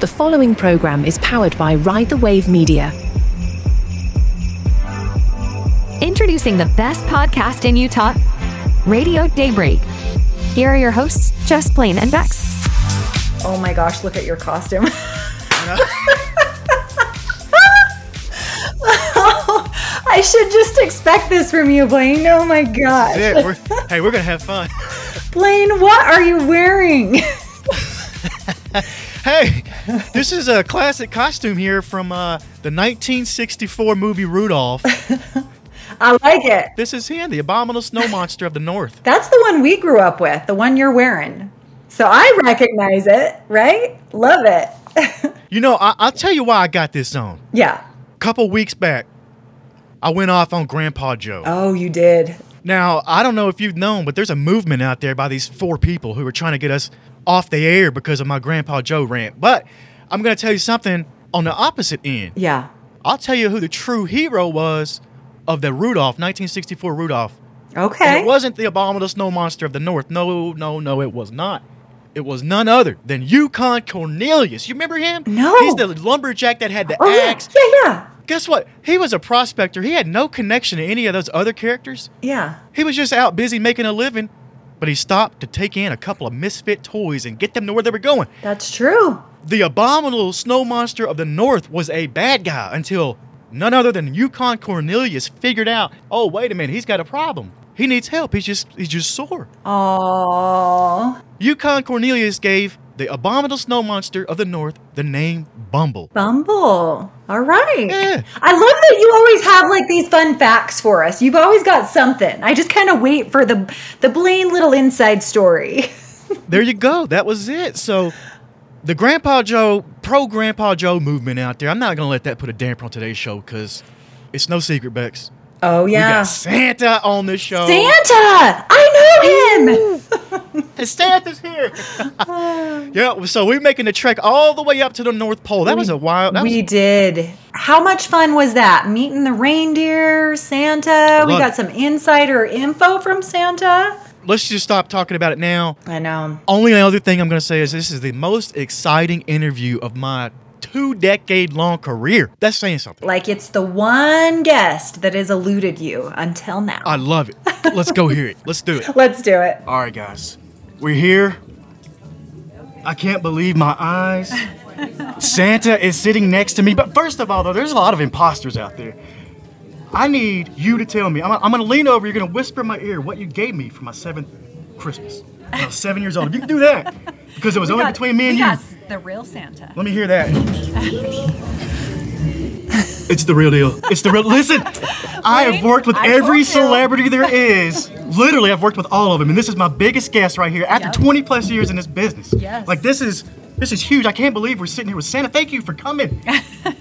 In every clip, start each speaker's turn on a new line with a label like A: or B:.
A: The following program is powered by Ride the Wave Media.
B: Introducing the best podcast in Utah, Radio Daybreak. Here are your hosts, Jess Plain and Bex.
C: Oh my gosh, look at your costume. I should just expect this from you, Blaine. Oh my gosh.
D: That's it. We're, hey, we're gonna have fun.
C: Blaine, what are you wearing?
D: Hey, this is a classic costume here from uh, the 1964 movie Rudolph.
C: I like it.
D: This is him, the abominable snow monster of the North.
C: That's the one we grew up with, the one you're wearing. So I recognize it, right? Love it.
D: You know, I- I'll tell you why I got this on.
C: yeah.
D: A couple weeks back, I went off on Grandpa Joe.
C: Oh, you did.
D: Now, I don't know if you've known, but there's a movement out there by these four people who are trying to get us off the air because of my Grandpa Joe rant. But I'm going to tell you something on the opposite end.
C: Yeah.
D: I'll tell you who the true hero was of the Rudolph, 1964 Rudolph. And
C: Okay.
D: it wasn't the abominable snow monster of the north. No, no, no, it was not. It was none other than Yukon Cornelius. You remember him?
C: No.
D: He's the lumberjack that had the
C: oh, yeah.
D: axe.
C: yeah, yeah.
D: Guess what? He was a prospector. He had no connection to any of those other characters.
C: Yeah.
D: He was just out busy making a living, but he stopped to take in a couple of misfit toys and get them to where they were going.
C: That's true.
D: The abominable snow monster of the north was a bad guy until none other than Yukon Cornelius figured out, oh wait a minute, he's got a problem. He needs help. He's just he's just sore.
C: Oh,
D: Yukon Cornelius gave the abominable snow monster of the north the name Bumble.
C: Bumble. All right.
D: Yeah.
C: I love that you always have like these fun facts for us. You've always got something. I just kind of wait for the the Blaine little inside story.
D: There you go. That was it. So the Grandpa Joe, pro Grandpa Joe movement out there. I'm not gonna let that put a damper on today's show because it's no secret, Bex.
C: Oh
D: We
C: yeah.
D: got Santa on this show.
C: Santa! I know him.
D: And Santa's here. yeah, so we're making the trek all the way up to the North Pole. That was a wild. That
C: we
D: was,
C: did. How much fun was that? Meeting the reindeer, Santa. We
D: Love
C: got
D: it.
C: some insider info from Santa.
D: let's just stop talking about it now.
C: I know.
D: Only other thing I'm going to say is this is the most exciting interview of my two decade long career. That's saying something.
C: Like it's the one guest that has eluded you until now.
D: I love it. Let's go hear it. Let's do it.
C: Let's do it.
D: All right, guys, we're here. I can't believe my eyes. Santa is sitting next to me. But first of all, though, there's a lot of imposters out there. I need you to tell me. I'm, I'm gonna lean over. You're gonna whisper in my ear what you gave me for my seventh Christmas. When I was seven years old. If you can do that, because it was only between me and you.
B: the real Santa.
D: Let me hear that. it's the real deal. It's the real. Listen, I have worked with
B: I told
D: every
B: you.
D: celebrity there is. Literally, I've worked with all of them, and this is my biggest guess right here. After 20 plus years in this business,
B: Yes.
D: like this is this is huge. I can't believe we're sitting here with Santa. Thank you for coming.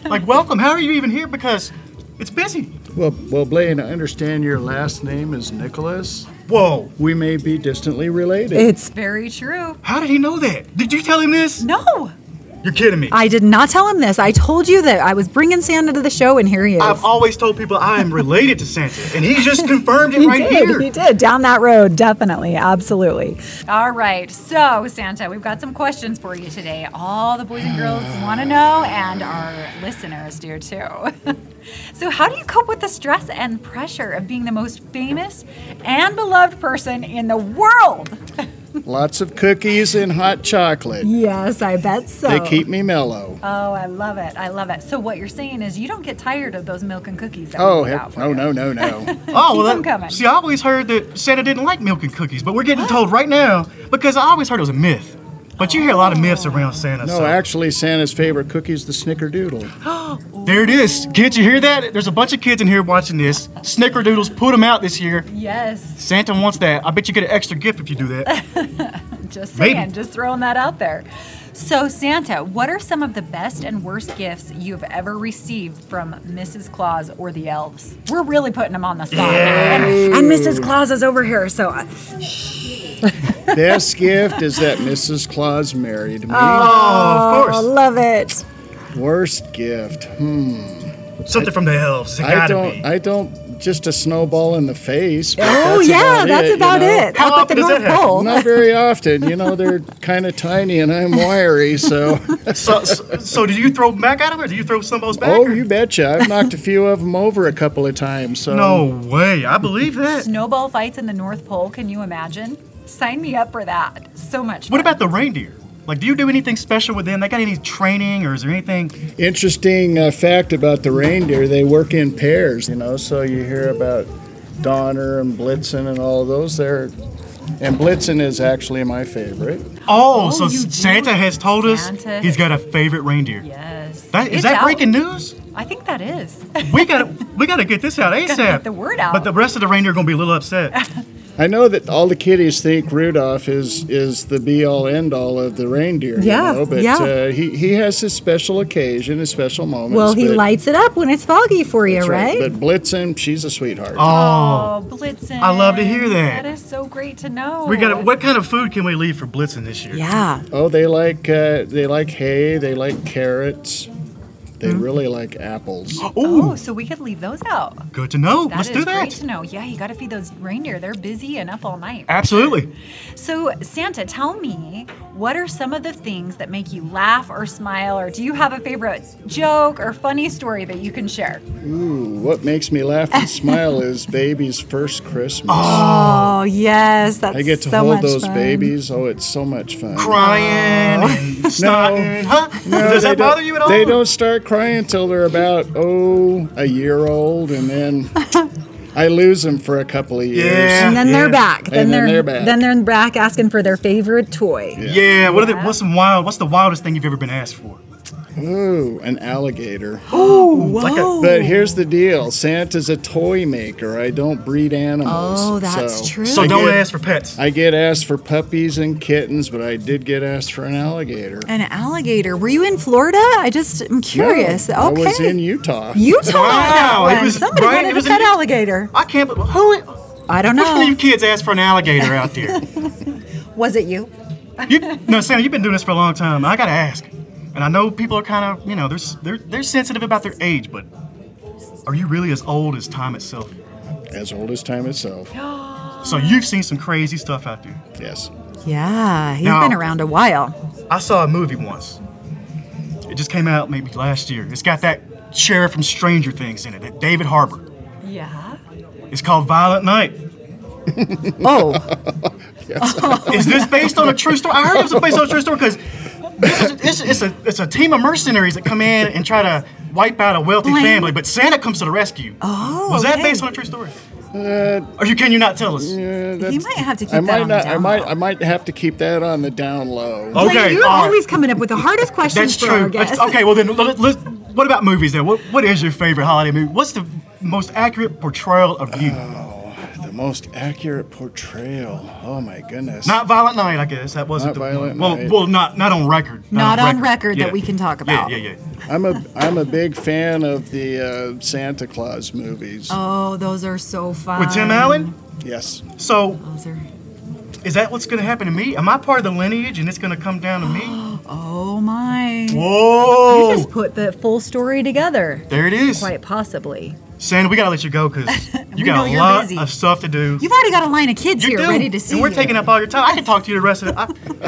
D: like, welcome. How are you even here? Because it's busy.
E: Well, well, Blaine, I understand your last name is Nicholas.
D: Whoa.
E: We may be distantly related.
F: It's
B: Very true.
D: How did he know that? Did you tell him this?
F: no.
D: You're kidding me.
F: I did not tell him this. I told you that I was bringing Santa to the show, and here he is.
D: I've always told people I am related to Santa, and he just confirmed it
F: he did.
D: right here.
F: He did down that road, definitely, absolutely.
B: All right. So, Santa, we've got some questions for you today. All the boys and girls want to know, and our listeners do too. so, how do you cope with the stress and pressure of being the most famous and beloved person in the world?
E: Lots of cookies and hot chocolate.
F: Yes, I bet so.
E: They keep me mellow.
F: Um,
B: Oh, I love it. I love it. So, what you're saying is you don't get tired of those milk and cookies. That
E: oh,
B: we put
E: heck-
B: out for
E: no,
B: you.
E: no, no, no.
D: Oh, well,
B: Keep 'em coming.
D: See, I always heard that Santa didn't like milk and cookies, but we're getting told right now because I always heard it was a myth. But you hear a lot of
B: Oh.
D: myths around Santa.
E: no,
D: so-
E: actually, Santa's favorite cookie is the snickerdoodle.
D: There it is. Kids, you hear that? There's a bunch of kids in here watching this. Snickerdoodles, put them out this year.
B: Yes.
D: Santa wants that. I bet you get an extra gift if you do that.
B: Just
D: Maybe.
B: saying, just throwing that out there. So, Santa, what are some of the best and worst gifts you've ever received from Mrs. Claus or the elves? We're really putting them on the spot. And
F: and Mrs. Claus is over here, so I-
E: Best gift is that Mrs. Claus married me.
D: Oh,
F: I
D: of course.
F: love it.
E: Worst gift. Hmm.
D: Something from the elves. It
E: I
D: gotta
E: don't.
D: be.
E: I don't just a snowball in the face. but
F: Oh
E: that's
F: yeah, that's
E: you
F: about
E: know?
F: it.
D: How
F: Up at the
D: often does
F: North
D: that happen?
F: Pole.
E: Not very often, you know. They're kind of tiny, and I'm wiry, so.
D: So, so, so do you throw back at him, or do you throw somebody else back?
E: Oh,
D: or-
E: you betcha! I've knocked a few of them over a couple of times. So
D: No way! I believe that.
B: Snowball fights in the North Pole, can you imagine? Sign me up for that. So much fun.
D: What about the reindeer? Like, do you do anything special with them? They got any training, or is there anything?
E: Interesting uh, fact about the reindeer, they work in pairs, you know, so you hear about Donner and Blitzen and all of those there. And Blitzen is actually my favorite.
D: Oh, so
B: you do.
D: Santa has told
B: Santa
D: us he's got a favorite reindeer.
B: Yes.
D: That, is
B: It's
D: that
B: out.
D: breaking news?
B: I think that is.
D: We gotta we gotta get this out ASAP.
B: get the word out.
D: But the rest of the reindeer are gonna be a little upset.
E: I know that all the kiddies think Rudolph is is the be all end all of the reindeer.
F: Yeah,
E: you know, but
F: yeah.
E: uh, he he has his special occasion, his special moments.
F: Well, he
E: but-
F: lights it up when it's foggy for you,
E: that's
F: right?
E: But Blitzen, she's a sweetheart.
D: Oh,
B: Oh, Blitzen.
D: I love to hear that.
B: That is so great to know.
D: we gotta. What kind of food can we leave for Blitzen this year?
F: yeah.
E: Oh, they like uh, they like hay, they like carrots, they
D: Hmm?
E: really like apples.
B: Oh,
D: Oh,
B: so we could leave those out.
D: good to know.
B: That
D: Let's
B: is
D: do
B: great
D: that.
B: to know. Yeah, you got to feed those reindeer. They're busy and up all night.
D: Absolutely.
B: So, Santa, tell me, what are some of the things that make you laugh or smile, or do you have a favorite joke or funny story that you can share?
E: Ooh, what makes me laugh and smile is baby's first Christmas.
F: Oh yes, that's
E: I get to
F: so
E: hold
F: much
E: those
F: fun.
E: babies. Oh, it's so much fun.
D: Crying, and snotting, huh?
E: Oh. No,
D: Does
E: they
D: that
E: don't-
D: bother you at all?
E: They don't start crying until they're about oh a year old, and then I lose them for a couple of years.
D: Yeah.
F: And then they're
D: Yeah.
F: back.
E: And then they're back.
F: Then they're back asking for their favorite toy.
D: Yeah. What are the, what's some wild? What's the wildest thing you've ever been asked for?
E: Ooh, an alligator.
F: Whoa.
E: But here's the deal: Santa's a toy maker. I don't breed animals.
F: Oh, that's
E: so-
F: true.
D: So
E: I
D: don't
E: get-
D: ask for pets.
E: I get asked for puppies and kittens, but I did get asked for an alligator.
F: An alligator. Were you in Florida? I just am curious.
E: No,
F: okay.
E: I was in Utah.
F: Utah. on that
D: Wow, it
F: one.
D: was-
F: Somebody
D: Brian, it
F: wanted
D: was
F: a
D: in
F: pet
D: Utah.
F: alligator.
D: I can't. believe Who?
F: I don't
D: Which one of you
F: know.
D: kids asked for an alligator out there?
F: Was it you?
D: You, no, Sam, you've been doing this for a long time. I gotta ask, and I know people are kind of, you know, they're s- they're they're sensitive about their age, but are you really as old as time itself?
E: As old as time itself.
D: So you've seen some crazy stuff out there.
E: Yes.
F: Yeah, he's
D: No.
F: been around a while.
D: I saw a movie once. It just came out maybe last year. It's got that sheriff from Stranger Things in it, that David Harbour.
B: Yeah.
D: It's called Violent Night.
F: Oh,
D: Is this based on a true story? I heard it was based on a true story because this is, this is, it's, a, it's a team of mercenaries that come in and try to wipe out a wealthy
F: Blame-
D: family, but Santa comes to the rescue. Oh, was that
F: okay.
D: based on a true story? or you can you not tell us?
E: Uh,
F: you
E: that's-
F: might have to keep
E: I
F: that
E: might
F: on
E: not.
F: the
E: I
F: down
E: might.
F: low.
E: I might have to keep that on the down low.
C: Oh.
D: Okay,
F: Wait, you're
D: all right.
F: always coming up with the hardest questions
D: that's
F: for our
D: true.
F: guests.
D: That's- okay, well then, let, let, what about movies? Then, what what is your favorite holiday movie? What's the most accurate portrayal of you?
E: Uh, The most accurate portrayal. Oh my goodness.
D: Not Violent Night, I guess. That wasn't
E: Not
D: the
E: Violent
D: well,
E: Night.
D: well, not not on record.
F: Not on record that we can talk about.
D: Yeah, yeah, yeah.
E: I'm a. I'm a big fan of the uh, Santa Claus movies.
F: Oh, those are so fun.
D: With Tim Allen.
E: Yes.
F: Um,
D: So,
F: Those are.
D: is that what's going to happen to me? Am I part of the lineage, and it's going to come down to me?
F: Oh my.
D: Whoa!
F: You just put the full story together.
D: there it is.
F: Quite possibly.
D: Santa, we gotta let you go because you
F: know
D: got a
F: you're
D: lot
F: busy.
D: of stuff to do.
F: You've already got a line of kids
D: You
F: here
D: do,
F: ready to see.
D: and we're
F: you.
D: taking up all your time. I can talk to you the rest of the. I,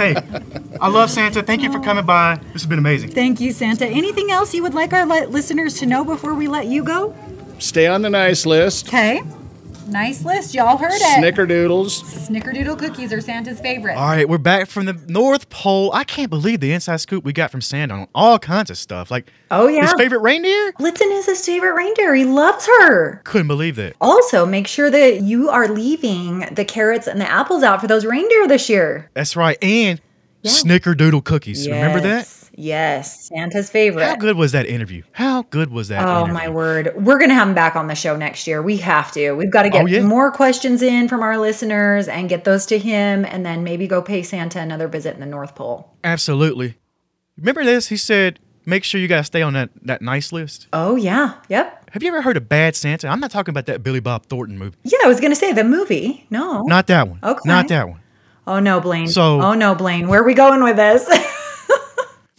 D: hey, I love Santa. Thank you for coming by. This has been amazing.
F: Thank you, Santa. Anything else you would like our li- listeners to know before we let you go?
E: Stay on the nice list.
F: Okay.
B: Nice list. Y'all heard it.
E: Snickerdoodles.
B: Snickerdoodle cookies are Santa's favorite.
G: All right, we're back from the North Pole. I can't believe the inside scoop we got from Santa on all kinds of stuff. Like,
C: Oh, yeah.
G: his favorite reindeer.
C: Blitzen is his favorite reindeer. He loves her.
G: Couldn't believe that.
C: Also, make sure that you are leaving the carrots and the apples out for those reindeer this year.
G: That's right. And Snickerdoodle cookies. Remember that?
C: Yes. Yes, Santa's
G: How
C: favorite.
G: good was that interview? How good was that?
C: Oh
G: interview?
C: my word. We're going to have him back on the show next year. We have to. We've got to get
G: Oh, yeah.
C: more questions in from our listeners and get those to him and then maybe go pay Santa another visit in the North Pole.
G: Absolutely. Remember this? He said, "Make sure you guys stay on that that nice list."
C: Oh, yeah. Yep.
G: Have you ever heard of Bad Santa? I'm not talking about that Billy Bob Thornton movie.
C: Yeah, I was going to say the movie. No.
G: Not that one.
C: Okay.
G: Not that one.
C: oh, no, Blaine.
G: So-
C: oh, no, Blaine. Where are we going with this?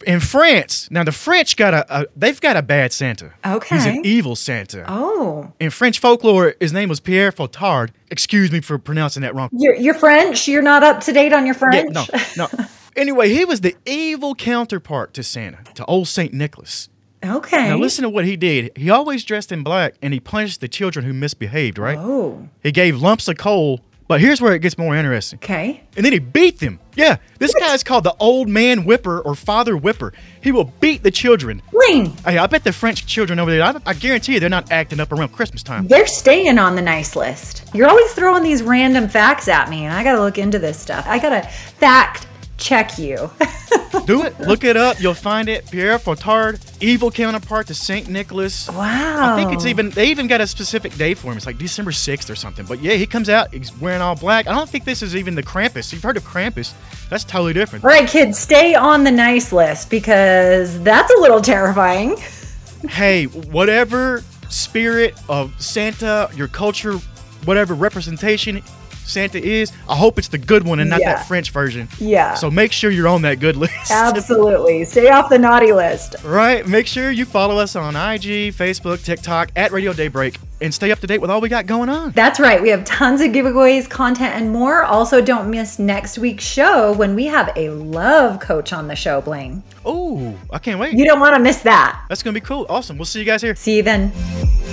D: in France. Now the French got a, a they've got a bad Santa. He's
C: Okay.
D: an evil Santa.
C: Oh,
D: In French folklore, his name was Pierre Fautard. Excuse me for pronouncing that wrong.
C: you're, you're French. You're not up to date on your
D: Yeah,
C: French.
D: no, no. Anyway, he was the evil counterpart to Santa, to old Saint Nicholas.
C: Okay.
D: Now listen to what he did. He always dressed in black and he punished the children who misbehaved, right?
C: Oh,
D: He gave lumps of coal, but here's where it gets more interesting.
C: okay.
D: And then he beat them. Yeah, this guy is called the old man whipper or father whipper. He will beat the children.
C: Bling.
D: Hey, I bet the French children over there, I, I guarantee you they're not acting up around Christmas time.
C: They're staying on the nice list. You're always throwing these random facts at me, and I gotta look into this stuff. I gotta fact check you.
D: Do it. Look it up. You'll find it. Pierre Fautard, evil counterpart to St. Nicholas.
C: Wow.
D: I think it's even, they even got a specific day for him. It's like December 6th or something. But yeah, he comes out, he's wearing all black. I don't think this is even the Krampus. You've heard of Krampus. That's totally different.
C: All right, kids, stay on the nice list because that's a little terrifying.
D: hey, whatever spirit of Santa, your culture, whatever representation Santa is, I hope it's the good one and not
C: Yeah.
D: that French version.
C: Yeah.
D: So make sure you're on that good list.
C: Absolutely. Stay off the naughty list.
D: right? Make sure you follow us on IG, Facebook, TikTok, at Radio Daybreak, and stay up to date with all we got going on.
C: That's right. We have tons of giveaways, content, and more. Also, don't miss next week's show when we have a love coach on the show, Bling.
D: Oh, I can't wait.
C: You don't want to miss that.
D: That's going to be cool. Awesome. We'll see you guys here.
C: See you then.